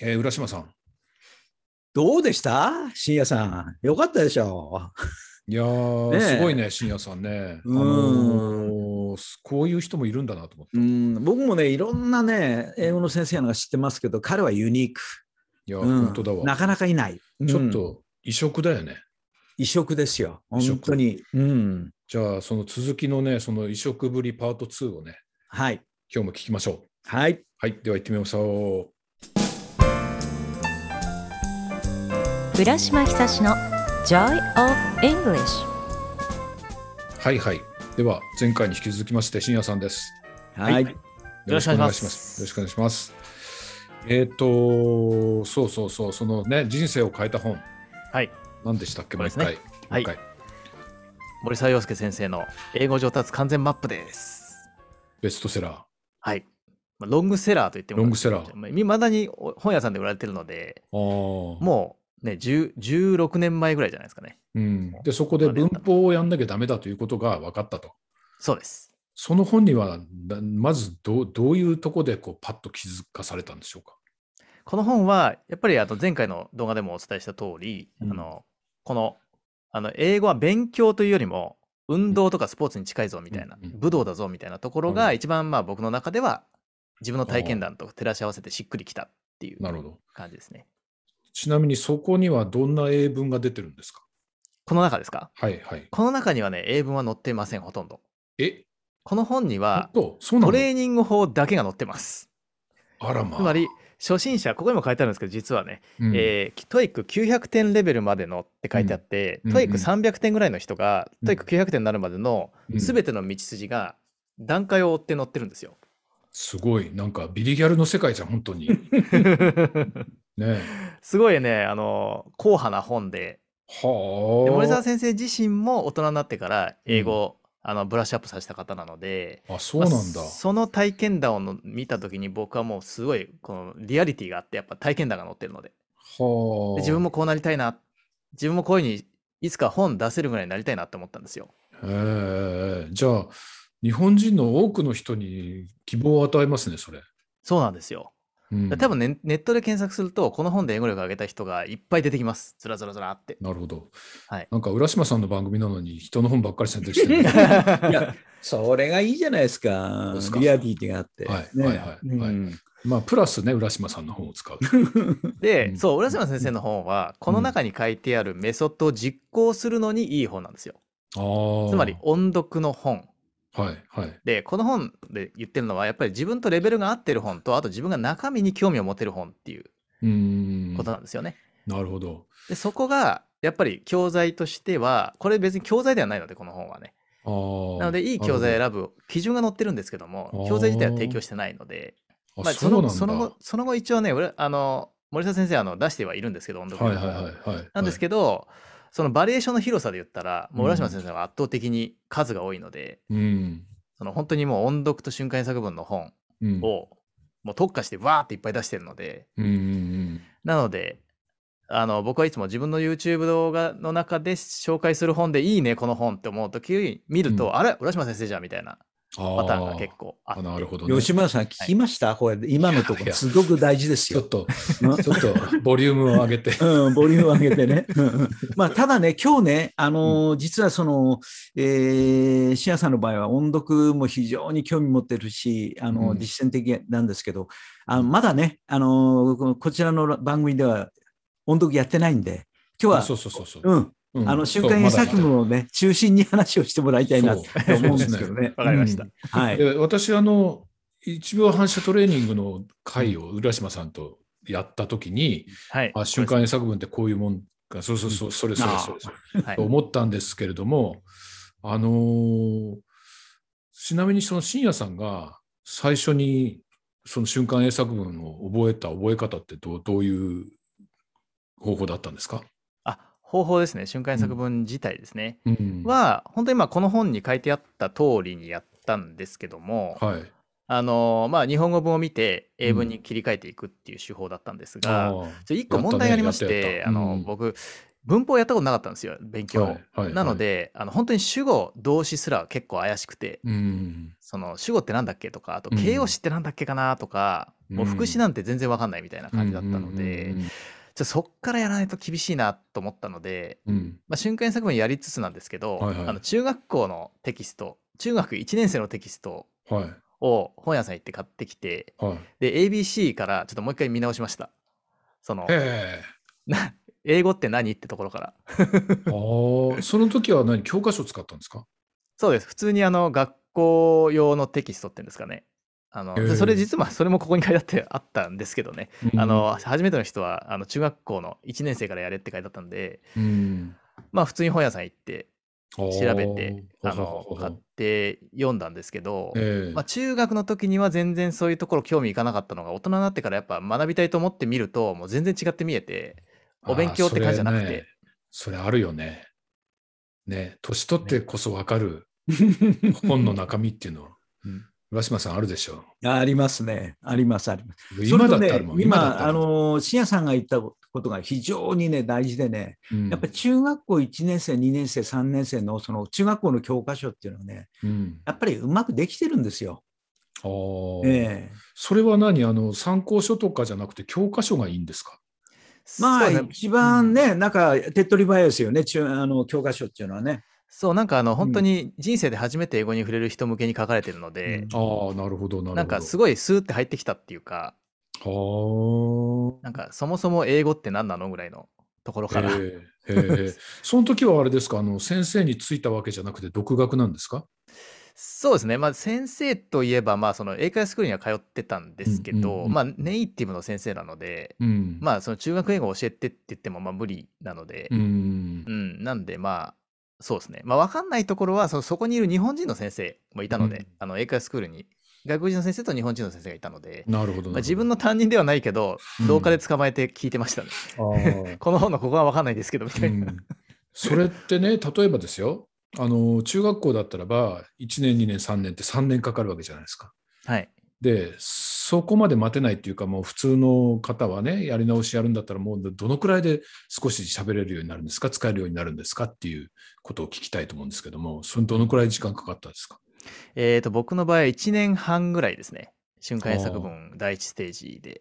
えー浦島さん。どうでした深夜さん。よかったでしょいやー、ねえすごいね、深夜さんね。あうんのーすこういう人もいるんだなと思って。う。うん、僕もね、いろんなね、英語の先生のが知ってますけど、彼はユニーク。いや、うん本当だわ。なかなかいない。ちょっうんと異色だよね。異色ですよ。異色本当に。うん。じゃあ、その続きのね、その異色ぶりパート2をね、はい。今日も聞きましょう。はい。はい、では行ってみましょ浦島ひさしの Joy of English う。はいはい。では、前回に引き続きまして、深夜さんです。はい。よろしくお願いします。よろしくお願いします。えっ、と、そうそうそう、そのね、人生を変えた本、はい、何でしたっけ、そう毎ですね回。もうはい一回森沢洋介先生の英語上達完全マップです。ベストセラー。はい。まあロングセラーと言ってもロングセラーー。いまだにお本屋さんで売られてるので、あーもうね、10 16年前ぐらいじゃないですかね。うん、でそこで文法をやんなきゃダメだということが分かったと。そうです。その本にはなまずどうどういうとこでこうパッと気づかされたんでしょうか。この本は、やっぱりあの前回の動画でもお伝えした通り、うんあのこのあの英語は勉強というよりも、運動とかスポーツに近いぞみたいな、うんうん武道だぞみたいなところうが、ん一番まあ僕の中では、自分の体験談と照らし合わせてしっくりきたっていうなるほど。感じですね。ちなみにそこにはどんな英文が出てるんですかこの中ですかはいはい。この中にはね、英文は載ってません、ほとんど。えこの本に本は、当そうなトのレーニング法だけが載ってます。あらまあ。つまり、初心者、ここにも書いてあるんですけど、実はね、うんえー、トイック900点レベルまでのって書いてあって、うんトイックうん300点ぐらいの人が、うんトイック900点になるまでのうん全ての道筋が段階を追って載ってるんで すよ。すごい。なんかビリギャルの世界じゃん、本 当に。ねえすごいね、あの、硬派な本で、はであ。森澤先生自身も大人になってから英語を、あのブラッシュアップさせた方なので、あ、そうなんだ。まあその体験談をの見た時に僕はもうすごいこのリアリティがあってやっぱ体験談が載ってるのではあ。で自分もこうなりたいな自分もこういうふうにいつか本出せるぐらいになりたいなって思ったんですよ。ええじゃあ、日本人の多くの人に希望を与えますね、それ。そうなんですよ。うん、だから多分、ね、ネットで検索するとこの本で英語力を上げた人がいっぱい出てきます。ずらずらずら って。なるほど。はい。なんか、浦島さんの番組なのに、人の本ばっかり宣伝してる いや、それがいいじゃないですかうです。かリアリティがあって。はいねはいはいはいうんまあ、プラスね、浦島さんの本を使う。うでんそう浦島先生の本はこの中に書いてあるメソッドを実行するのにいい本なんですよ。ああ。つまり音読の本。はい、はい。でこの本で言ってるのはやっぱり自分とレベルが合ってる本とあと自分が中身に興味を持てる本っていううーん。ことなんですよね。なるほど。でそこがやっぱり教材としてはこれ別に教材ではないのでこの本はね。ああ。なのでいい教材を選ぶ基準が載ってるんですけどあもー教材自体は提供してないのでぶまあそそうなんだ。のその後その後一応ね俺あの森下先生あの出してはいるんですけど音読はいのはい本はいはい。なんですど。けど、そのバリエーションの広さで言ったらもう浦島先生は圧倒的に数が多いので、うん。その本当にもう音読と瞬間移作文の本うん。をもう特化してわーっていっぱい出してるのでうんうんなのであの僕はいつも自分の YouTube 動画の中で紹介する本でいいねこの本って思う時に見ると、うんあれ浦島先生じゃんみたいなうん。パターンが結構あってあなるほど、ね。吉村さん、聞きましたこれ、今のとこいやいろ、やすごく大事ですちょよっ。と、うんちょっとボリュームを上 げて。うん、ボリュームを上げ てね。うんうんまあ、ただね、今日ね、あのー実はその、えー、シアさんの場合は音読も非常に興味持ってるし、あのーうん実践的なんですけど、あまだね、あのーここちらの番組では音読やってないんで、今日は、そうそうそうそう。うん、うんあの、瞬間映作文をね、中心に話をしてもらいたいなと思うんですけどね。わかりました、うん はでい。私、あの、一秒反射トレーニングの会を浦島さんとやったときに、はいあ瞬間映作文ってこういうもんか、そうそうそう、それそれそれそれはいと思ったんですけれども、あのーちなみにその深夜さんが最初にその瞬間英作文を覚えた覚え方ってどうどういう方法だったんですか、あ方法ですね瞬間移作文自体ですね、うんは本当にまあこの本に書いてあった通りにやったんですけども、はい。あのーまあ日本語文を見て英文に切り替えていくっていう手法だったんですが、ーちょ一個問題がありましやったねやて、ったやったあのーうん僕文法やったことなかったんですよ、勉強。はいはいなの、で、あの本当に主語、動詞すら結構怪しくて、はいうん、その主語ってなんだっけとか、あとうん形容詞ってなんだっけかなとか、もう副詞なんて全然わかんないみたいな感じだったので、うんじゃあそっからやらないと厳しいなと思ったので、うんうんまあ、瞬間作文やりつつなんですけど、はいはいあの中学校のテキスト、中学1年生のテキストうんはいを本屋さん行って買ってきて、はい。で、ABC からちょっともう一回見直しました。その、へえ。な英語って何ってところから。あーその時は何教科書使ったんですかそうです。普通にあの学校用のテキストっていうんですかね。あのへーそれ実はそれもここに書いてあってあったんですけどね。あの初めての人はあの中学校の1年生からやれって書いてあったんで、うんまあ普通に本屋さん行って調調べてあの買って読んだんですけど、ええまあ、中学の時には全然そういうところ興味いかなかったのが大人になってからやっぱ学びたいと思ってみるともう全然違って見えてお勉強って感じじゃなくて、それ,、それあるよね。ね、年取ってこそ分かる 本の中身っていうのは、うん浦島さんあるでしょありますね。あります、あります。う。今だったらそれもとう、ね、だった今、らあもうの、深夜さんが言ったことが非常にね、大事でね、うんやっぱり中学校1年生、2年生、3年生の、その中学校の教科書っていうのはね、うんやっぱりうまくできてるんですよ。あーええそれは何あの参考書とかじゃなくて教科書がいいんですかまあ、そうね一番ね、なんか、手っ取り早いですよね、中あの教科書っていうのはね。そうなんかあの本当うんに人生で初めて英語に触れる人向けに書かれてるので、ああなるほどなるほど。なんかすごいスーって入ってきたっていうかはなんかそもそも英語って何なのぐらいのところあから、へえへえその時はあれですかあの先生についたわけじゃなくて独学なんですかそうですね、まあ、先生といえば、まあ、その英会話スクールには通ってたんですけうんうんど、うんまあ、ネイティブの先生なので、うん。まあ、その中学英語を教えてって言ってもまあ無理なので、ううんんなんで、まあ、そうですね、まあ、分かんないところはその、そこにいる日本人の先生もいたので、うんあの英会話スクールに、外国人の先生と日本人の先生がいたので、なるほど。まあ、自分のの担任ではないけどうん、廊下で捕まえて聞いてましたね。この本のここは分かんないですけど、みたいな。それってね、例えばですよ、あの中学校だったらば、1年、2年、3年って3年かかるわけじゃないですか。はい。で、そこまで待てないっていうか、もう普通の方はね、やり直しやるんだったら、もうどのくらいで少し喋れるようになるんですか、使えるようになるんですかっていうことを聞きたいと思うんですけども、それどのくらい時間かかったですか。えっ、と、僕の場合、1年半ぐらいですね。瞬間英あ作ー文第一ステージで。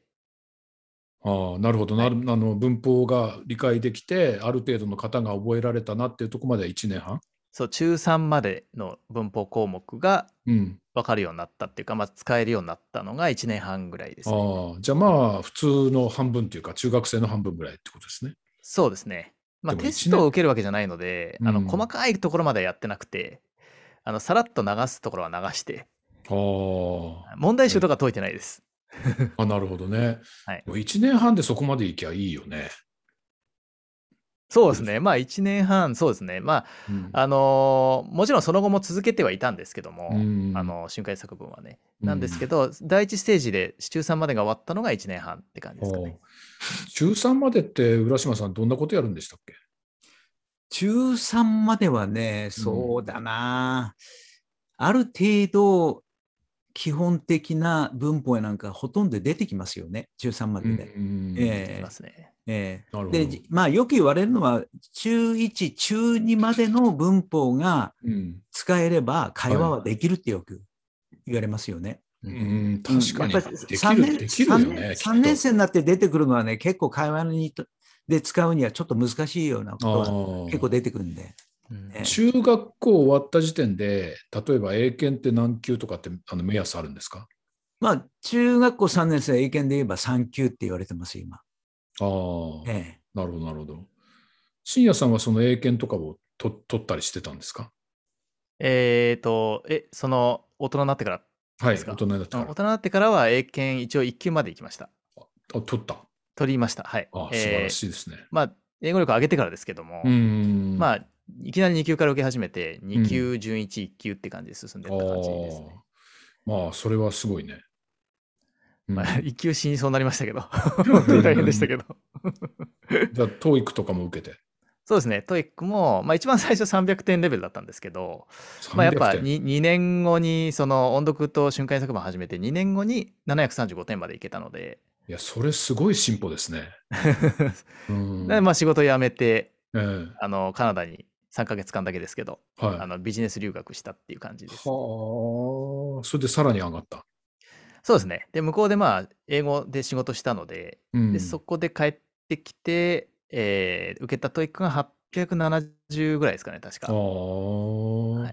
ああなるほど、なるあの文法が理解できて、ある程度の方が覚えられたなっていうところまでは1年半。そう、中3までの文法項目がうん、分かるようになったっていうか、まあ、使えるようになったのが1年半ぐらいです、ね。ああ、じゃあまあ、普通の半分というか、中学生の半分ぐらいってことですね。そうですね。まあ、でもテ一ストを受けるわけじゃないので、あうのん細かいところまではやってなくて、あのさらっと流すところは流して、あ問題集とか解いてないです。あ、なるほどね。はいもう1年半でそこまでいきゃいいよね。そうですね。まあ、1年半、そうですね。まうんあ、あのーもちろんその後も続けてはいたんですけども、うんあの瞬間作文はね。なんですけど、第一ステージで中3までが終わったのが1年半って感じですかねお。中3までって、浦島さん、どんなことやるんでしたっけ 中3まではね、そうだな、ある程度、基本的な文法やなんかほとんど出てきますよね、中3までで。うんえでえきますね。えなるほど。えで、じまあ、よく言われるのは、中1、中2までの文法がうん使えれば会話はできるってよく言われますよね。うん、確かに。やでっぱりき三年る、できるよね。三年きっと三年生になって出てくるのはね、結構会話にとで使うにはちょっと難しいようなことがああ結構出てくるんで。うんええ中学校終わった時点で、例えば英検って何級とかってあの目安あるんですかまあ、中学校3年生、英検で言えば3級って言われてます、今。ああ、ええ、なるほど、なるほど。深夜さんはその英検とかをと取ったりしてたんですかえっ、と、え、その、大人になってから、はい、ですか大人になってあかのら大。人になってからは英検一応1級まで行きました。あ、取った。取りました。はい。あ、え素晴らーしいですね。まあ、英語力上げてからですけども、うん。あ、まあ、いきなり2級から受け始めて、うん2級、準1、1級って感じで進んでった感じですね。まあ、それはすごいね。うんまあ、1級死にそうになりました けど、うん大変でしたけど。じゃあ、トーイックとかも受けて。そうですね、トイックも、まあ、一番最初300点レベルだったんですけど、 まあ、やっぱ300点 2, 2年後に、その音読と瞬間移作文を始めて、2年後に735点までいけ たので、いや、それすごい進歩ですね。うんでまあ仕事辞めて、ええあのカナダに3ヶ月間だけですけど、はい。あのビジネス留学したっていう感じです。はあ、それでさらに上がった。そうですね。で、向こうでまあ、英語で仕事したので、うん、でそこで帰ってきて、えー受けたトイックが870ぐらいですかね、確ああ、か。はい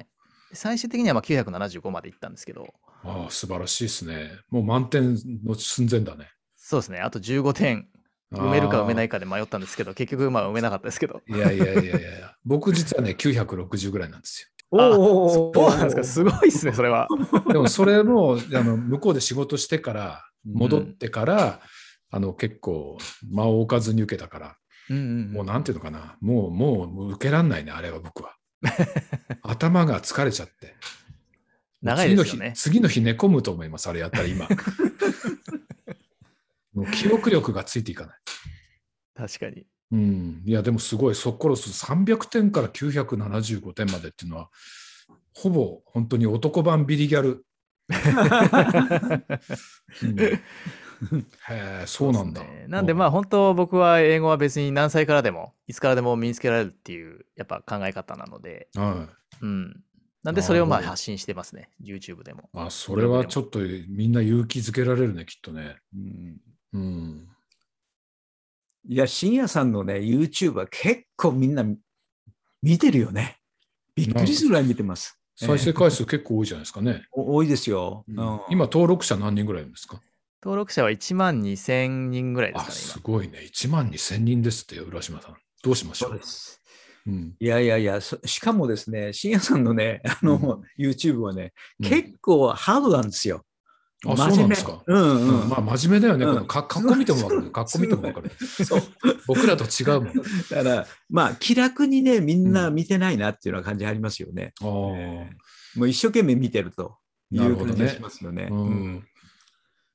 で最終的にはまあ975まで行ったんですけど、ああ、素晴らしいですね。もう満点の寸前だね。そうですね、あと15点、埋めるか埋めないか。かで迷ったんですけど、結局まあ埋めなかったですけど。いやいやいやいやいや、僕実は ね、960ぐらいなんですおあおそうなんですか、すごいですね、それは。よ。でもそれも、あの向こうで仕事してから、戻ってから、あの結構間を置かずに受けたから、うんうんもうなんていうのかな、もう、もうもう受けらんないね、あれは僕 は。頭が疲れちゃって。長いですよね次の日、次の日寝込むと思います、あれやったら 今。もう記憶力がついていかない。確かに。うん、いや、でもすごい、そこから300点から975点までっていうのは、ほぼ本当に男版ビリギャル。うんへえ、 そうなんだ。そうですねなんでまあ本当僕は英語は別に何歳からでも、いつからでも身につけられるっていうやっぱ考え方なので、あ、はい、うん。なんでそれをまあなるほど発信してますね、YouTube でも。あ、それはちょっとみんな勇気づけられるね、きっとね。うんうん。いや、深夜さんのね、YouTube は結構みんな見てるよね。びっくりするぐらい見てます。再生回数結構多いじゃないですかね。お多いですよ。うんうん今、登録者何人ぐらいいるんですか登録者は1万2000人ぐらいであ、すすかね、ごいね。1万2000人ですって、浦島さん。どうしましょそううです。うん、いやいやいや、そしかもですね、深夜さんのね、あの、YouTube はね、うん結構ハードなんですよ。あ、真そうな面ん目ですか。うんうん。まあ真面目だよね。うこんのか格好見てもわ かる。格好見てもわかる。そう。僕らと違うもだから、まあ、気楽にね、みんな見てないなっていうような感じありますよね。ん。あえーもう一生懸命見てるといなるうほど感ねじがしますよね。あ、うん。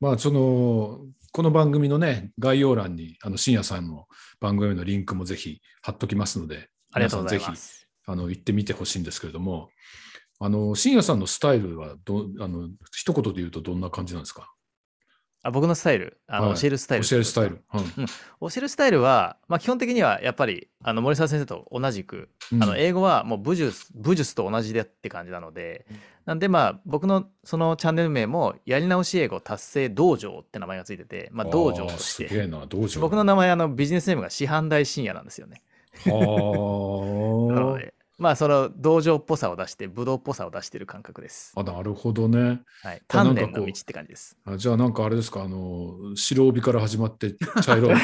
まあそのこの番組のね概要欄にあの深夜さんの番組のリンクもぜひ貼っときますので、ありがとうござい皆さんまぜす。ひあの行ってみてほしいんですけれども、あの深夜さんのスタイルはどあの一言で言うとどんな感じなんですか。あ僕のスタイル、あのはい教えるスタイル。教えるスタイル。はい教えるスタイルは、まあ、基本的にはやっぱりあの森澤先生と同じく、うんあの英語はもう武術武術と同じでって感じなので、なんでまあ僕のそのチャンネル名もやり直し英語達成道場って名前がついてて、まあ、道場あーとしすてげえな道場。僕の名前あのビジネスネームが師範大深夜なんですよね。 なのはあ。でまあその道場っぽさを出して武道っぽさを出してる感覚です。あなるほどね。はい、こうなんか鍛こう錬の道って感じです。あじゃあなんかあれですかあの白帯から始まって茶 色い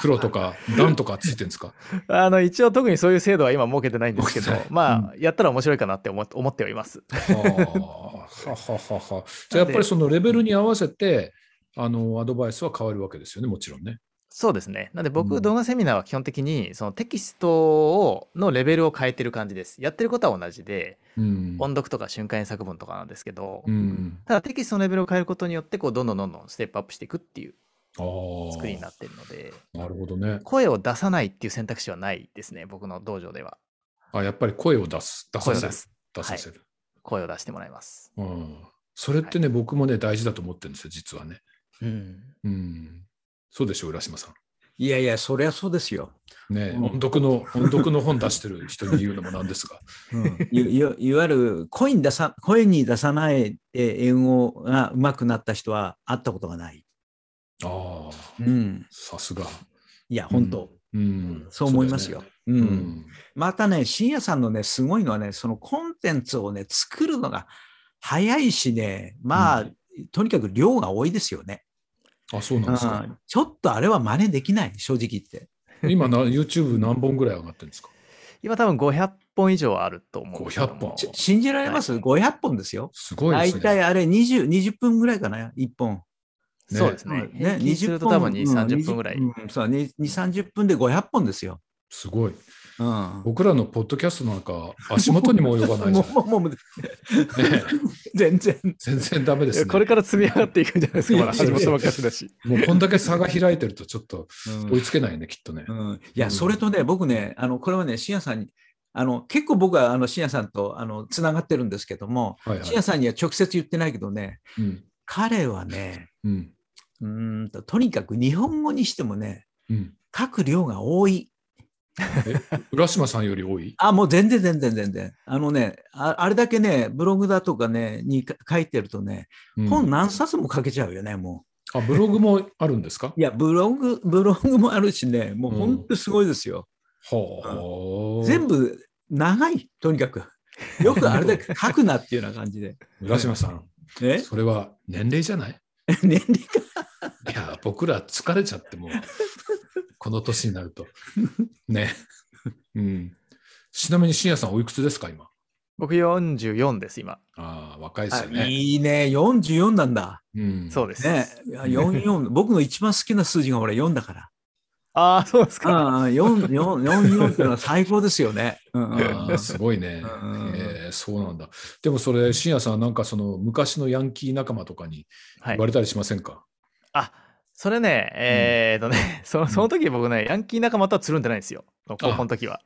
黒とか段とかついてるんですかあの一応特にそういう制度は今設けてないんですけど設けてない、まあやったら面白いかなって思思ってはいます。あーははははじゃあやっぱりそのレベルに合わせてあのアドバイスは変わるわけですよねもちろんね。そうですね。なんでう僕ん動画セミナーは基本的にそのテキストをのレベルを変えてる感じです。やってることは同じで、うん音読とか瞬間演作文とかなんですけど、うん、ただテキストのレベルを変えることによってこうどんどんどんどんステップアップしていくっていうあー作りになってるので、なるほどね声を出さないっていう選択肢はないですね。僕の道場ではあ。やっぱり声を出す出さ声をせ出るす、出させる、声を出してもらいます。うん。それってね、僕もね大事だと思ってるんですよ実はね。うん。うん、そうでしょ浦島さん。いやいや、そりゃそうですよ。ね、うん音読の音読の本出してる人に言うのもなんですが。 いいいわゆる声に出さ声に出さないで英語が上手くなった人は会ったことがない。ああうん、さすが。いや、本当、うんそう思いますよ。。うそうだよねうんん。またね、深夜さんのね、すごいのはね、そのコンテンツをね、作るのが早いしね、まあ、うとにかく量が多いですよね。あ、そうなんですか。うんちょっとあれは真似できない、正直言って。今な YouTube 何本ぐらい上がってるんですか。今多分500本以上あると思うんですけども。 500本ちょ信じられます、はい ?500 本ですよ。すごいで大す体ね。あれ20、20分ぐらいかな、1本。ねそうですね。平均すると多分2、30分ぐらい。うん、そう、2、30分で500本ですよ。すごい。うん。僕らのポッドキャストなんか足元にも及ばないじゃ もう、もう、もう、ない。ねえ、全然。全然ダメでいす、やね。これから積み上がっていくんじゃないですか、まだいやい始やまったばっかしだし。もうこんだけ差が開いてるとちょっとうん追いつけないね、きっとね。うんいや、うんそれとね、僕ね、あのこれはね、深夜さんに、あの結構僕はあの深夜さんとあのつながってるんですけども、はいは深夜い。さんには直接言ってないけどね、うん。彼は ね、うん。うーんととにかく日本語にしてもね、うん。書く量が多い。え浦島さんより多いあ、もう全然全然全然。あのね、ああれだけね、ブログだとかね、にか書いてるとね、うん本何冊も書けちゃうよね、もあ、ブログもあるんですかう。いや、ブログ、ブログもあるしね、もううんほんとすごいですよ。はあ。全部長い、とにかく。よく あれだけ書くなっていうような感じで。浦島さん、 えそれは年齢じゃないい年齢か。や、僕ら疲れちゃってもう、この年になる と。ね。うん。ちなみに、深夜さん、おいくつですか、今。僕44です、今。ああ、若いですよあね。いいね、44なんだ。うん、そうです。ね、いや44、僕の一番好きな数字が俺4だから。ああ、そうですか。ああ、4、4、44っていうのは最高ですよね。うんうんあーすごい ね。うんえーそうなんだ。でもそれ、深夜さん、なんかその昔のヤンキー仲間とかにはい言わ。れたりしませんか、あそれね、えー、とね、 そのその時僕ね、ヤンキー仲間とはつるんでないんですよ、高校の時は。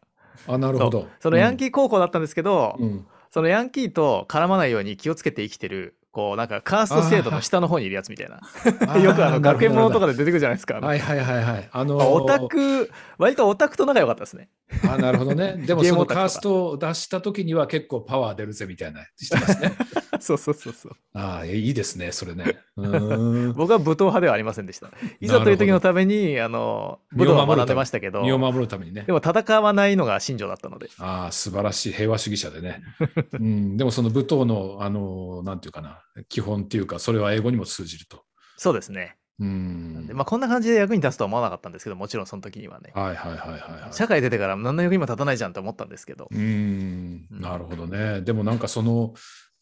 あ、なるほそどう。そのヤンキー高校だったんですけど、うん、うんそのヤンキーと絡まないように気をつけて生きてる、こう、なんかカースト制度の下の方にいるやつみたいな。 よくあの学園ものとかで。で出てくるじゃないですか。はいはいはいはい。あのーオタク、割とオタクと仲良かったですね。あなるほどね。でもゲーそムオのカタクとかーストを出した時には結構パワー出るぜみたいなしてますね。 そうそうそうそう。ああ、いいですね、それね。 うーん僕は武闘派ではありませんでした。いざという時のために、あの、武身道を守るためは学んでましたけど、身を守るためにねで。も戦わないのが信条だったので。ああ、素晴らしい平和主義者でね。うん、でもその武闘の、あのー、なんていうかな、基本っていうか、それは英語にも通じると。そうですね。うん。でまあ、こんな感じで役に立つとは思わなかったんですけど、もちろんその時にはね。はいはいはいはい、はい。社会出てから何の役にも立たないじゃんと思ったんですけどう。ーんなるほどね。でもなんかその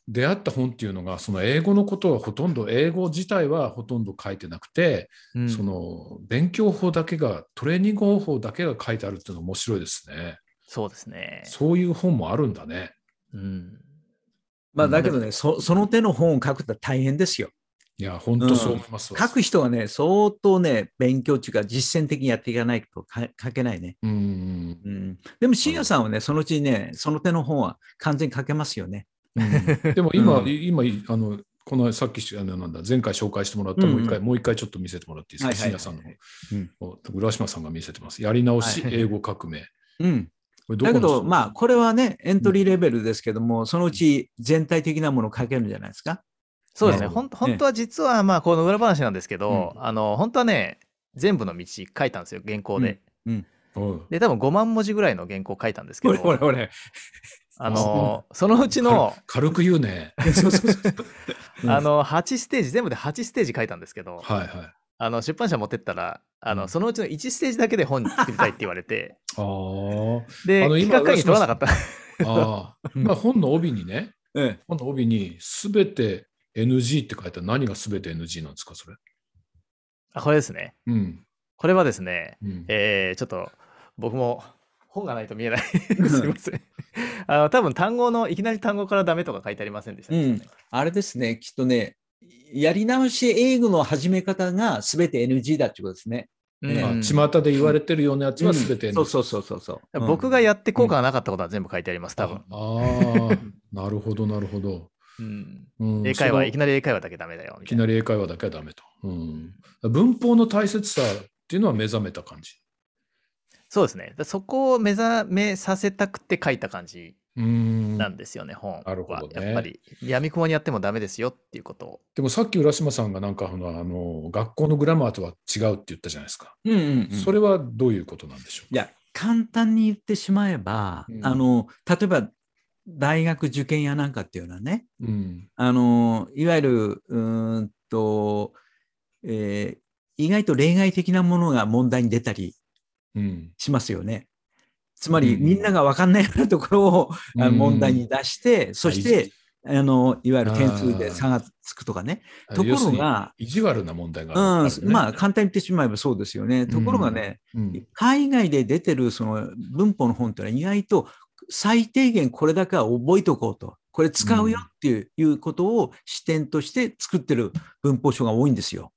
出会った本っていうのがその英語のことはほとんど英語自体はほとんど書いてなくて、うんその勉強法だけがトレーニング方法だけが書いてあるっていうの面白いですね。そうですね。そういう本もあるんだね。うんまあだけどね、そその手の本を書くって大変ですよ。いや本当そう思いますわ、書く人はね、相当ね、勉強中か実践的にやっていかないとか書けないね。うーんうん、でも、深夜さんはね、そのうちにね、その手の本は完全に書けますよね。うんでも今、うん今あのこのさっきあのなんだ前回紹介してもらったもう一回、うもう一回ちょっと見せてもらっていいですか、はいはいはい深夜さんうんの方、浦島さんが見せてます。やり直し、はい英語革命。うん、これどこのだけど、まあ、これはね、エントリーレベルですけども、そのうち全体的なものを書けるんじゃないですか。そうですなるね。ほほん本当は実は、まあ、この裏話なんですけど、うあの、本当はね、全部の道書いたんですよ、原稿で。うんで、多分5万文字ぐらいの原稿書いたんですけど、ほれ。あの、そのうちの、軽く言うね。そうそうそう。うんあの、8ステージ、全部で8ステージ書いたんですけど、 はいはい。あの、出版社持ってったら、あうの、んそのうちの1ステージだけで本作りたいって言われ て、あで、あの企今画会議取らなかった。あ。ああ。まあ本の帯にね、ええ本の帯にすべて NG って書いてある何がすべて NG なんですか、それ。 あこれですね。うん。これはですね、うん、えーちょっと、僕も本がないと見えない。すいません。あの、多分単語の、いきなり単語からダメとか書いてありませんでした、うんあれですね、きっとね、やり直し英語の始め方が全て NG だってことですね。うええまあん巷で言われてるようなやつはすべて NG。そうそうそうそうそう。うん僕がやって効果がなかったことは全部書いてあります、多分。ああ。なるほど、なるほど。うんうん英会話、いきそのなり英会話だけダメだよ、いみたきいなな。り英会話だけはダメと。うん。文法の大切さっていうのは目覚めた感じ。そうですね。だそこを目覚めさせたくて書いた感じうん。なんですよね、本なるほはど。ねやっぱり、闇雲にやってもダメですよっていうことを。でもさっき浦島さんがなんかあのあの学校のグラマーとは違うって言ったじゃないですか。うんうんうんそれはどういうことなんでしょういや、簡単に言ってしまえば、うんあの、例えば、大学受験やなんかっていうのはね、うんあの、いわゆる、うーんと、えー意外と例外的なものが問題に出たりうんしますよね。つまり、うんみんなが分かんないようなところを、あうのん問題に出して、そして、あの、いわゆる点数で差がつくとかね。とこ要すろるにが、意地悪な問題がうあんるからね、まあ、簡単に言ってしまえばそうですよね。ところがね、うん海外で出てるその文法の本ってのは意外と最低限これだけは覚えておこうと。これ使うよっていう,、ことを視点として作ってる文法書が多いんですよ。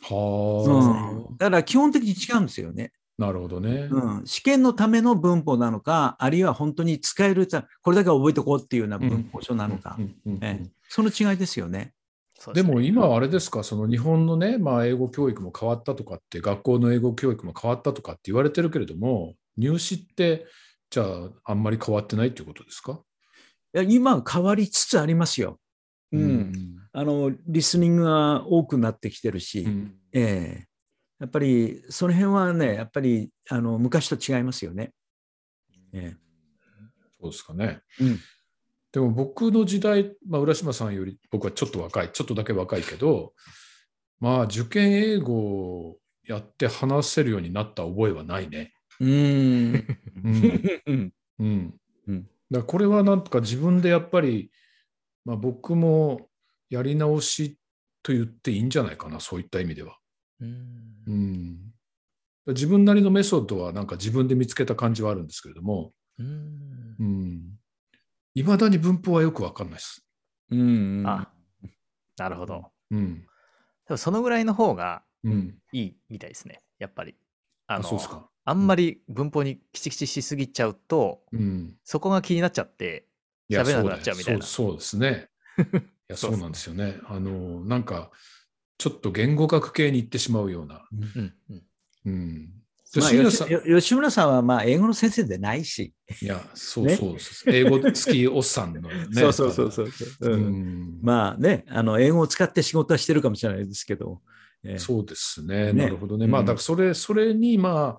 はあ、うんだから基本的に違うんですよね、なるほどね。うん。試験のための文法なのか、あるいは本当に使えるたこれだけは覚えておこうっていうような文法書なのか、うんうんうんええその違いですよね。そうですねも今はあれですか、その日本のね、まあ、英語教育も変わったとかって、学校の英語教育も変わったとかって言われてるけれども、入試って、じゃあ、あんまり変わってないっていうことですかいや今変わりつつありますよ。うんあのリスニングが多くなってきてるし、うんええやっぱりその辺はねやっぱりあの昔と違いますよね。えそうですかね。うんでも僕の時代、まあ、浦島さんより僕はちょっと若い、ちょっとだけ若いけど、まあ、受験英語をやって話せるようになった覚えはないね。え、うんうんうんうんうだんからこれはなんとか自分でやっぱり、まあ、僕もやり直しと言っていいんじゃないかなそういった意味では。うんうん、だから自分なりのメソッドはなんか自分で見つけた感じはあるんですけれどもいま、未だに文法はよくわかんないです。うんあなるほど。うんでもそのぐらいの方がうん、いいみたいですね、やっぱり。ああのそうですか。あんまり文法にきちきちしすぎちゃうと、うん、そこが気になっちゃって、いや喋れなくなっちゃうみたいなそうだよそうそうですね。いやそそうそううなんですよね。あのなんかちょっと言語学系に行ってしまうような。うんうんうん、でまあ杉浦さんよしよ吉村さんはまあ英語の先生でないし、いや、そうねそうです。英語好きおっさんのね。う。う そううんまあねあの英語を使って仕事はしてるかもしれないですけど、ええそうですねねなるほどね。まあ、うんだからそれ、それに、まあ、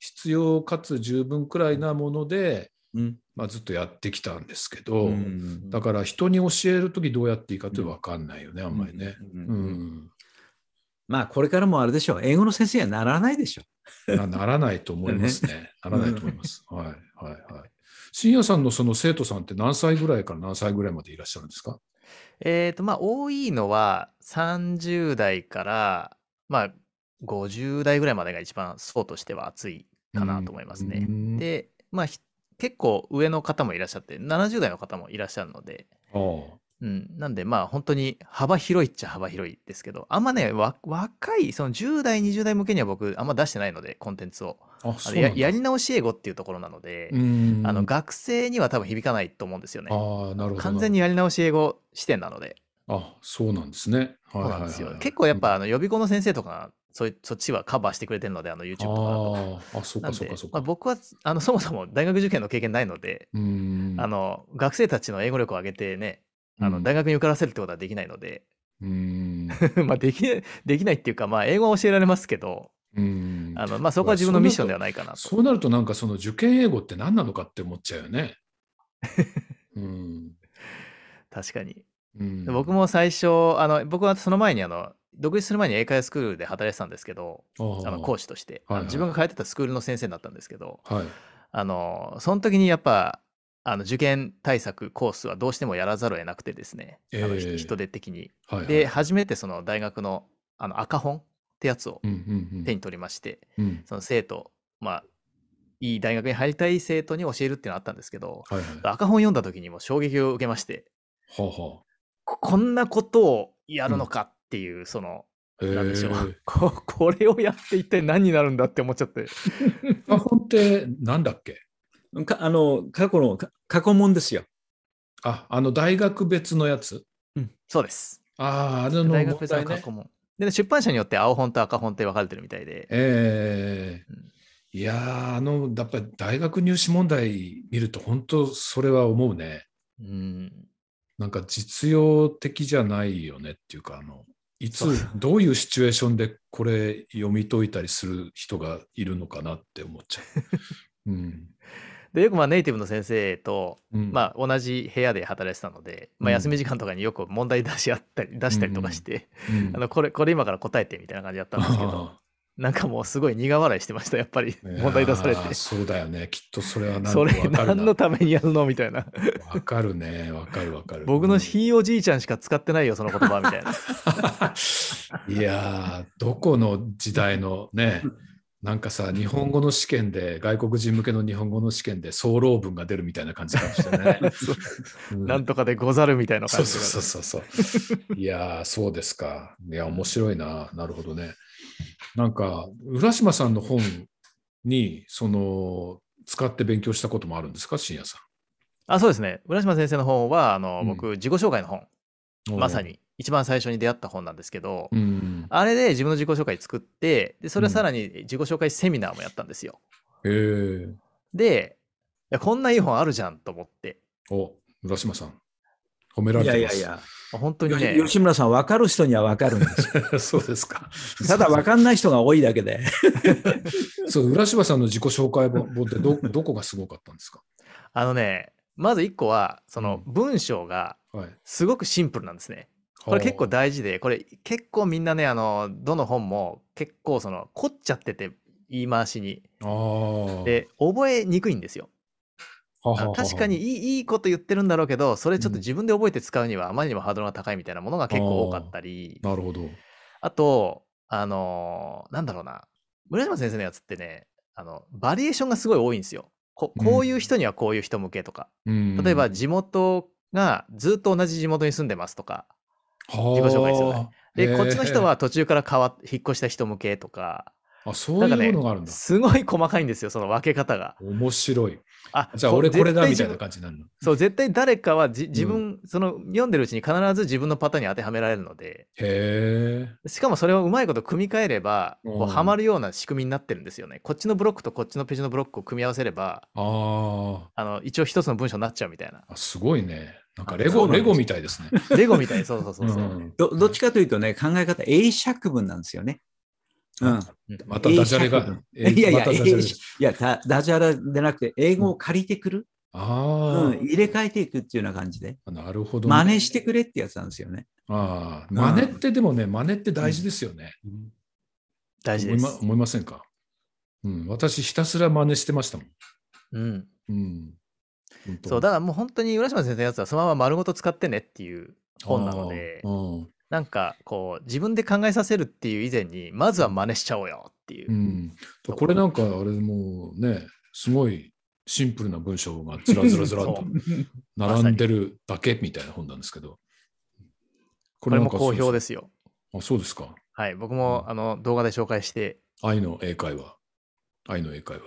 必要かつ十分くらいなもので、うんまあ、ずっとやってきたんですけど、うんだから人に教えるときどうやっていいかって分かんないよね、あんまりね。ううんん、まあこれからもあれでしょう英語の先生にはならないでしょなならないと思います ね。ならないと思います。はいはいはい。深夜さんのその生徒さんって何歳ぐらいから何歳ぐらいまでいらっしゃるんですかえっ、と、まあ、多いのは30代から、まあ、50代ぐらいまでが一番層としては熱いかなと思いますね。うんで、まあ、ひ結構上の方もいらっしゃって、70代の方もいらっしゃるので、ああうん、なんで、まあ、本当に幅広いっちゃ幅広いですけど、あんまね、わ若い、その10代、20代向けには僕、あんま出してないので、コンテンツを。あ、あそうのなんやだやり直し英語っていうところなので、うんあの学生には多分響かないと思うんですよね。ああ、なるほど。完全にやり直し英語視点なので。あそうなんですね。はいそうはいなんはいですよ。結構やっぱあの予備校の先生とかがそういうそっちはカバーしてくれてるので、あの YouTube とかだと。あーあ、そうなかんそうでかそうまあ、か。僕はあのそもそも大学受験の経験ないので、うんあの学生たちの英語力を上げてね、あうのん大学に受からせるってことはできないので、 うんまあできないできないっていうか、まあ、英語は教えられますけど、うんあのまあ、そこは自分のミッションではないかなと。そうなるとなんかその受験英語って何なのかって思っちゃうよ ね。うん確かに。うんで僕も最初あの僕はその前にあの独立する前に英会話スクールで働いてたんですけどあの講師。師として、はいはいあの自分が通ってたスクールの先生になったんですけどはい。あのその時にやっぱあの受験対策コースはどうしてもやらざるを得なくてですね、あのええひ人手的に。はい、はい。で初めてその大学のあの赤本ってやつをうんうんうん、手に取りまして、うんその生徒まあいい大学に入りたい生徒に教えるっていうのがあったんですけどはいはい。は赤本読んだ時にもう衝撃を受けましてあはここんなことをやるのかっていう、その、あ。へなんでしょーう。 ここれをやって一体何になるんだって思っちゃって。赤本ってなんだっけう。かあの過去のか過去問ですよ。あ、あの大学別のやつ。そうです。ああ、あれの問題大ね学別の過去問。で、出版社によって青本と赤本って分かれてるみたいで。ええうんいやーあのやっぱり大学入試問題見ると本当それは思うねうん。なんか実用的じゃないよねっていうかあのいつそうそうどういうシチュエーションでこれ読み解いたりする人がいるのかなって思っちゃ う。うんで、よくまあネイティブの先生と、うん、あまあ同じ部屋で働いてたので、まうんあ休み時間とかによく問題出し合ったり、出したりとかして、うん、 あの、これ、これ今から答えてみたいな感じだったんですけ ど、あなんかもうすごい苦笑いしてました、やっぱり。ー問題出されいやーて。そうだよねきっとそれはなんかそわれかる何なのためにやるのみたいな。わかるねわかるわかる僕のひいおじいちゃんしか使ってないよ、その言葉みたいな。いやーどこの時代のねなんかさ日本語の試験で外国人向けの日本語の試験で総論文が出るみたいな感じかもしれない、 そう うんなんとかでござるみたいなそ感うじそが。うそうそうそういやーそうですかいや面白いななるほどねなんか浦島さんの本にその使って勉強したこともあるんですか深夜さあ、そうですね。浦島先生の本は、あの、うん僕、自己紹介の本、んまさに一番最初に出会った本なんですけど、うんあれで自分の自己紹介作って、で、それはさらに自己紹介セミナーもやったんですよ。ええー、で、いやこんないい本あるじゃんと思って、お、浦島さん。褒められいてまやす。いやいや、本当にねよ、吉村さん、分かる人には分かるんですよ。 や。 そうですか。ただ分かんない人が多いだけで。そう、浦島さんの自己紹介本本ってど、 どこがすごかったんですかあのね、まず1個は、そのうん文章がはい。すごくシンプルなんですね。これ結構大事で、これ結構みんなね、あの、どの本も結構その、凝っちゃってて、言い回しに。ああ。で、覚えにくいんですよ。ははあは確かにいいいいこと言ってるんだろうけど、それちょっうとん自分で覚えて使うにはあまりにもハードルが高いみたいなものが結構多かったり、なるほど。あと、あのーなんだろうな、村島先生のやつってね、あの、バリエーションがすごい多いんですよ。ここういう人にはこういう人向けとか、うん例えば、地元がずっと同じ地元に住んでますとか、自己紹介ですよね。で、こっちの人はは途中から変わっ引っ越した人向けとか、あ、そういうのがあるんだ。すごい細かいんですよ、その分け方が。面白い。あじゃあ、俺これだ絶対み自たい分な感じになるの。そう、絶対誰かはじ自分、その読んでるうちに必ず自分のパターンに当てはめられるので、へえ。しかもそれをうまいこと組み替えれば、こうんうはまるような仕組みになってるんですよね。こっちのブロックとこっちのページのブロックを組み合わせれば、ああの一応一つの文章になっちゃうみた いな。ーあ、すごいね。なんかあレそゴ、うなんレですゴみたいですね。レゴみたいに、そうそうそうそう。うんどどっちかというとね、考え方、英釈文なんですよね。うん、うんまたダジャレが。えいやいや、またダジャレ英釈いやだダジャレじゃなくて、英語を借りてくる、うあん、入れ替えていくっていうような感じで、あ、なるほどね。真似してくれってやつなんですよね。ああ、うん真似ってでもね、真似って大事ですよね。大事思でいすま。思いませんかうん、私ひたすら真似してましたもん。うん、うん。本当そうだからもう本当に浦島先生のやつはそのまま丸ごと使ってねっていう本なのであ、ーうんなんかこう自分で考えさせるっていう以前にまずは真似しちゃおうよっていうう。ん、これなんかあれもうねすごいシンプルな文章がずらずらずらっそとう並んでるだけみたいな本なんですけどここれも好評ですすよ。あそうですかはい、僕も、うんあの動画で紹介して、愛の英会話愛の英会話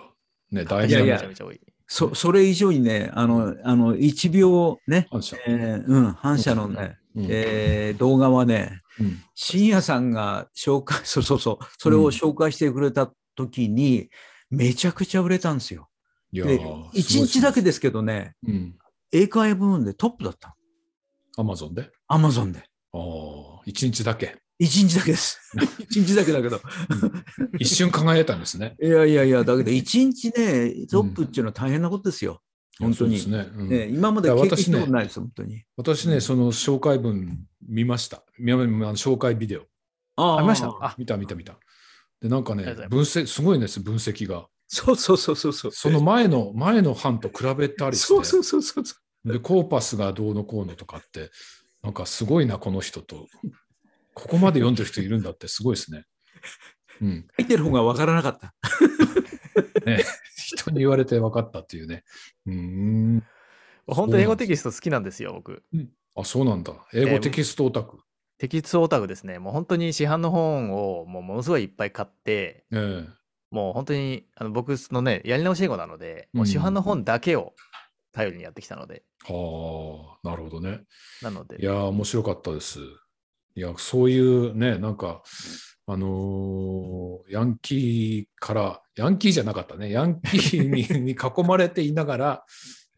ね大買っ事なんでいた人めやすちゃよめちゃ多い。そそれ以上にね、あの、あの1秒ね、感謝えーうん、反射のね、うんえー動画はね、うん深夜さんが紹介、そうそうそう、それを紹介してくれた時に、めちゃくちゃ売れたんですよ。いやで、1日だけでですけどね、英会話部門でトップだったの。アマゾンでアマゾンで。ああ一日だけ一日だけです。 一日だけだけど。一瞬輝いたんですねいやいやいや、だけど一日ね、トップっていうのは大変なことですよ。 本当にいやそうですね、うんね、今までだから経私験しねたことないです、本当に。私ねその紹介文見ましたみあの紹介ビデオあありましたああ見た見た見た。で、なんかねありがと、う分析、すごいんです、分析が。そうそうそうそうそう。その前の、前の班と比べたりして、そうそうそうそう。で、コーパスがどうのこうのとかって、なんかすごいな、この人と。ここまで読んでる人いるんだって、すごいですね。うん。書いてる方が分からなかった。人に言われて分かったっていうね。うーん。本当英語テキスト好きなんですよ、僕。あ、そうなんだ。英語テキストオタク。テキストオタクですね。もう本当に市販の本をもうものすごいいっぱい買って、ええもう本当にあの僕のね、やり直し英語なので、もう市販の本だけを頼りにやってきたので、はあ、なるほどね。なのでい、やー、面白かったです。いや、そういうね、なんか、あのーヤンキーから、ヤンキーじゃなかったね、ヤンキーにに囲まれていながら、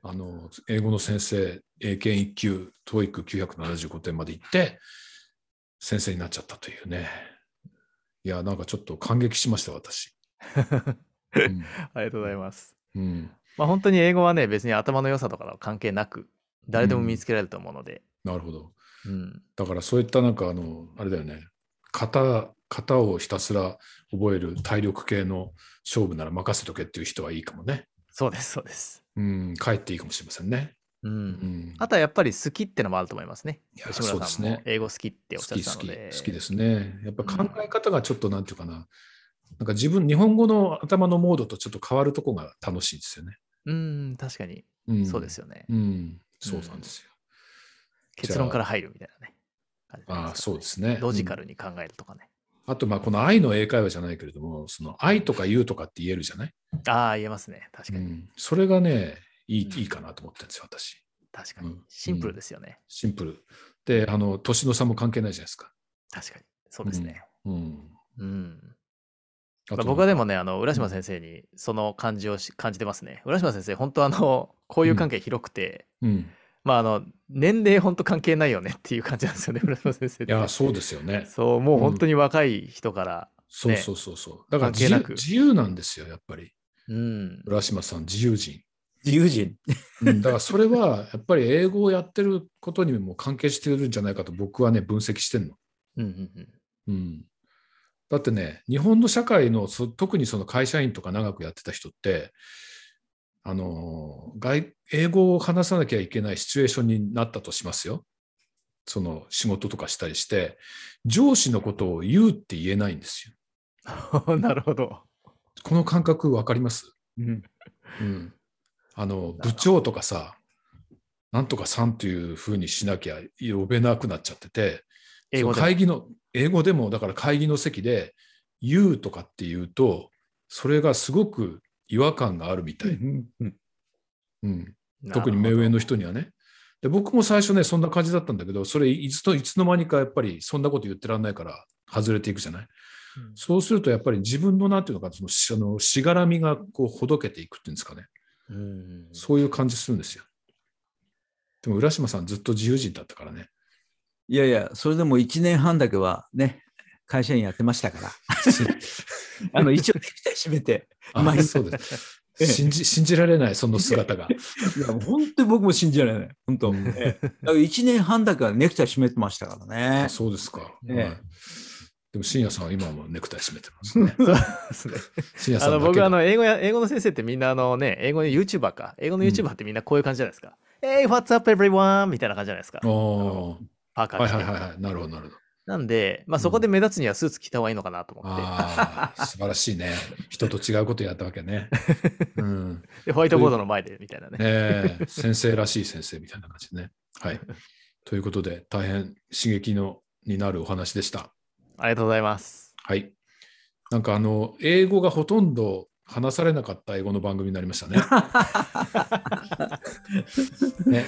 あのー英語の先生、英検1級、TOEIC975 点まで行って、先生になっちゃったというね。いや、なんかちょっと感激しました、私。うんありがとうございます。うん、まあ本当に英語はね、別に頭の良さとかは関係なく、誰でも身につけられると思うので、なるほど。うん、だからそういったなんかあのあれだよね型型をひたすら覚える体力系の勝負なら任せとけっていう人はいいかもね。そうです、そうです。うん、帰っていいかもしれませんね。うん。うん、あとはやっぱり好きってのもあると思いますね。いや吉そ村さうんですもね英語好きってお好っしゃっき好てたのきで。好きですね。やっぱ考え方がちょっとなんていうかな、なんか自分日本語の頭のモードとちょっと変わるとこが楽しいですよね。うん、確かに、うん、そうですよね。うん、そうなんですよ。結論から入るみたいなね。感じじゃないああ、ですかそうですね。ロジうんカルに考えるとかね。あとまあこの愛の英会話じゃないけれども、その愛とか言うとかって言えるじゃない。ああ、言えますね。確うかに。ん、それがねいい,、うんいいかなと思ってるんですよ私確かうにん。シンプルですよね。シンプルであの年の差も関係ないじゃないですか確かに。そうですね。うんうん。あまあと僕はでもね、あの浦島先生にその感じをし感じてますね。浦島先生、本当あの、交友関係広くて、うん、いまああの、年齢本当関係ないよねっていう感じなんですよね、浦島先生って。や、そうですよね。そう、もううん本当に若い人から、そうそうそうそう。だから関自係な由く自由なんですよ、やっぱり。うん、浦島さん、自由人。自由人。うんだからそれはやっぱり英語をやってることにも関係してるんじゃないかと僕はね分析してんの。うん、うんうん。うん、だってね日本の社会のそ特にその会社員とか長くやってた人ってあの外英語を話さなきゃいけないシチュエーションになったとしますよ。その仕事とかしたりして上司のことを言うって言えないんですよ。 なるほど。この感覚わかりますうんうん、あの部長とかさ、なんとかさんというふうにしなきゃ呼べなくなっちゃってて、英語そのでも会議の英語でもだから会議の席で「You」とかって言うと、それがすごく違和感があるみたい、うんうん、なるほど特に目上の人にはね。で僕も最初ねそんな感じだったんだけどそれいつのいつの間にかやっぱりそんなこと言ってらんないから外れていくじゃないうんそうするとやっぱり自分のなんていうのかそのしあのしがらみがこうほどけていくっていうんですかねうんそういう感じするんですよ。でも浦島さんずっと自由人だった からね。いやいや、それでも1年半だけはね、会社員やってました から。あの一応、手伝い閉めて。あまあそうですええ信じ。信じられない、その姿が。いや、本当に僕も信じられない。本当。うんええだから1年半だけはネクタイ閉めてましたからねあ。そうですか。ええはいでも、深夜さんは今もネクタイ締めてますね。そうですね。深夜さあんだのけ僕あの、の英語や英語の先生ってみんなあのね英語の YouTuber か英語の YouTuber ってみんなこういう感じじゃないですか。Hey what's up everyone みたいな感じじゃないですか。おパーカーーは着いてはいはいはい。なるほど、なるほど。なんでうまあんそこで目立つにはスーツ着た方がいいのかなと思って、ああ、素晴らしいね。人と違うことやったわけ ね。うん。でホワイトボードの前でみたいなねね。え、先生らしい先生みたいな感じね。はい。ということで、大変刺激のになるお話でした。ありがとうございます。はい。なんかあの、英語がほとんど話されなかった英語の番組になりま したね。ね。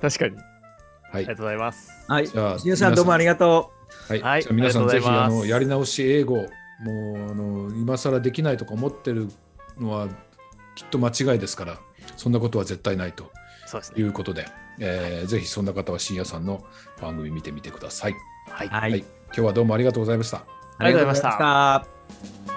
確かにあはりいが。とうございます。はい。じゃあ皆さんどうもありがと。。はい。はいじゃあ皆さんあぜりひがとうござあいますのやり直し英語、もうあの今更できないとか思ってるのはきっと間違いですから、そんなことは絶対ないとそうですいね。うことで、えーぜひそんな方は深夜さんの番組見てみてください。はいうははい。今日はどうもありがとうございました。ありがとうございましたありがとうございました。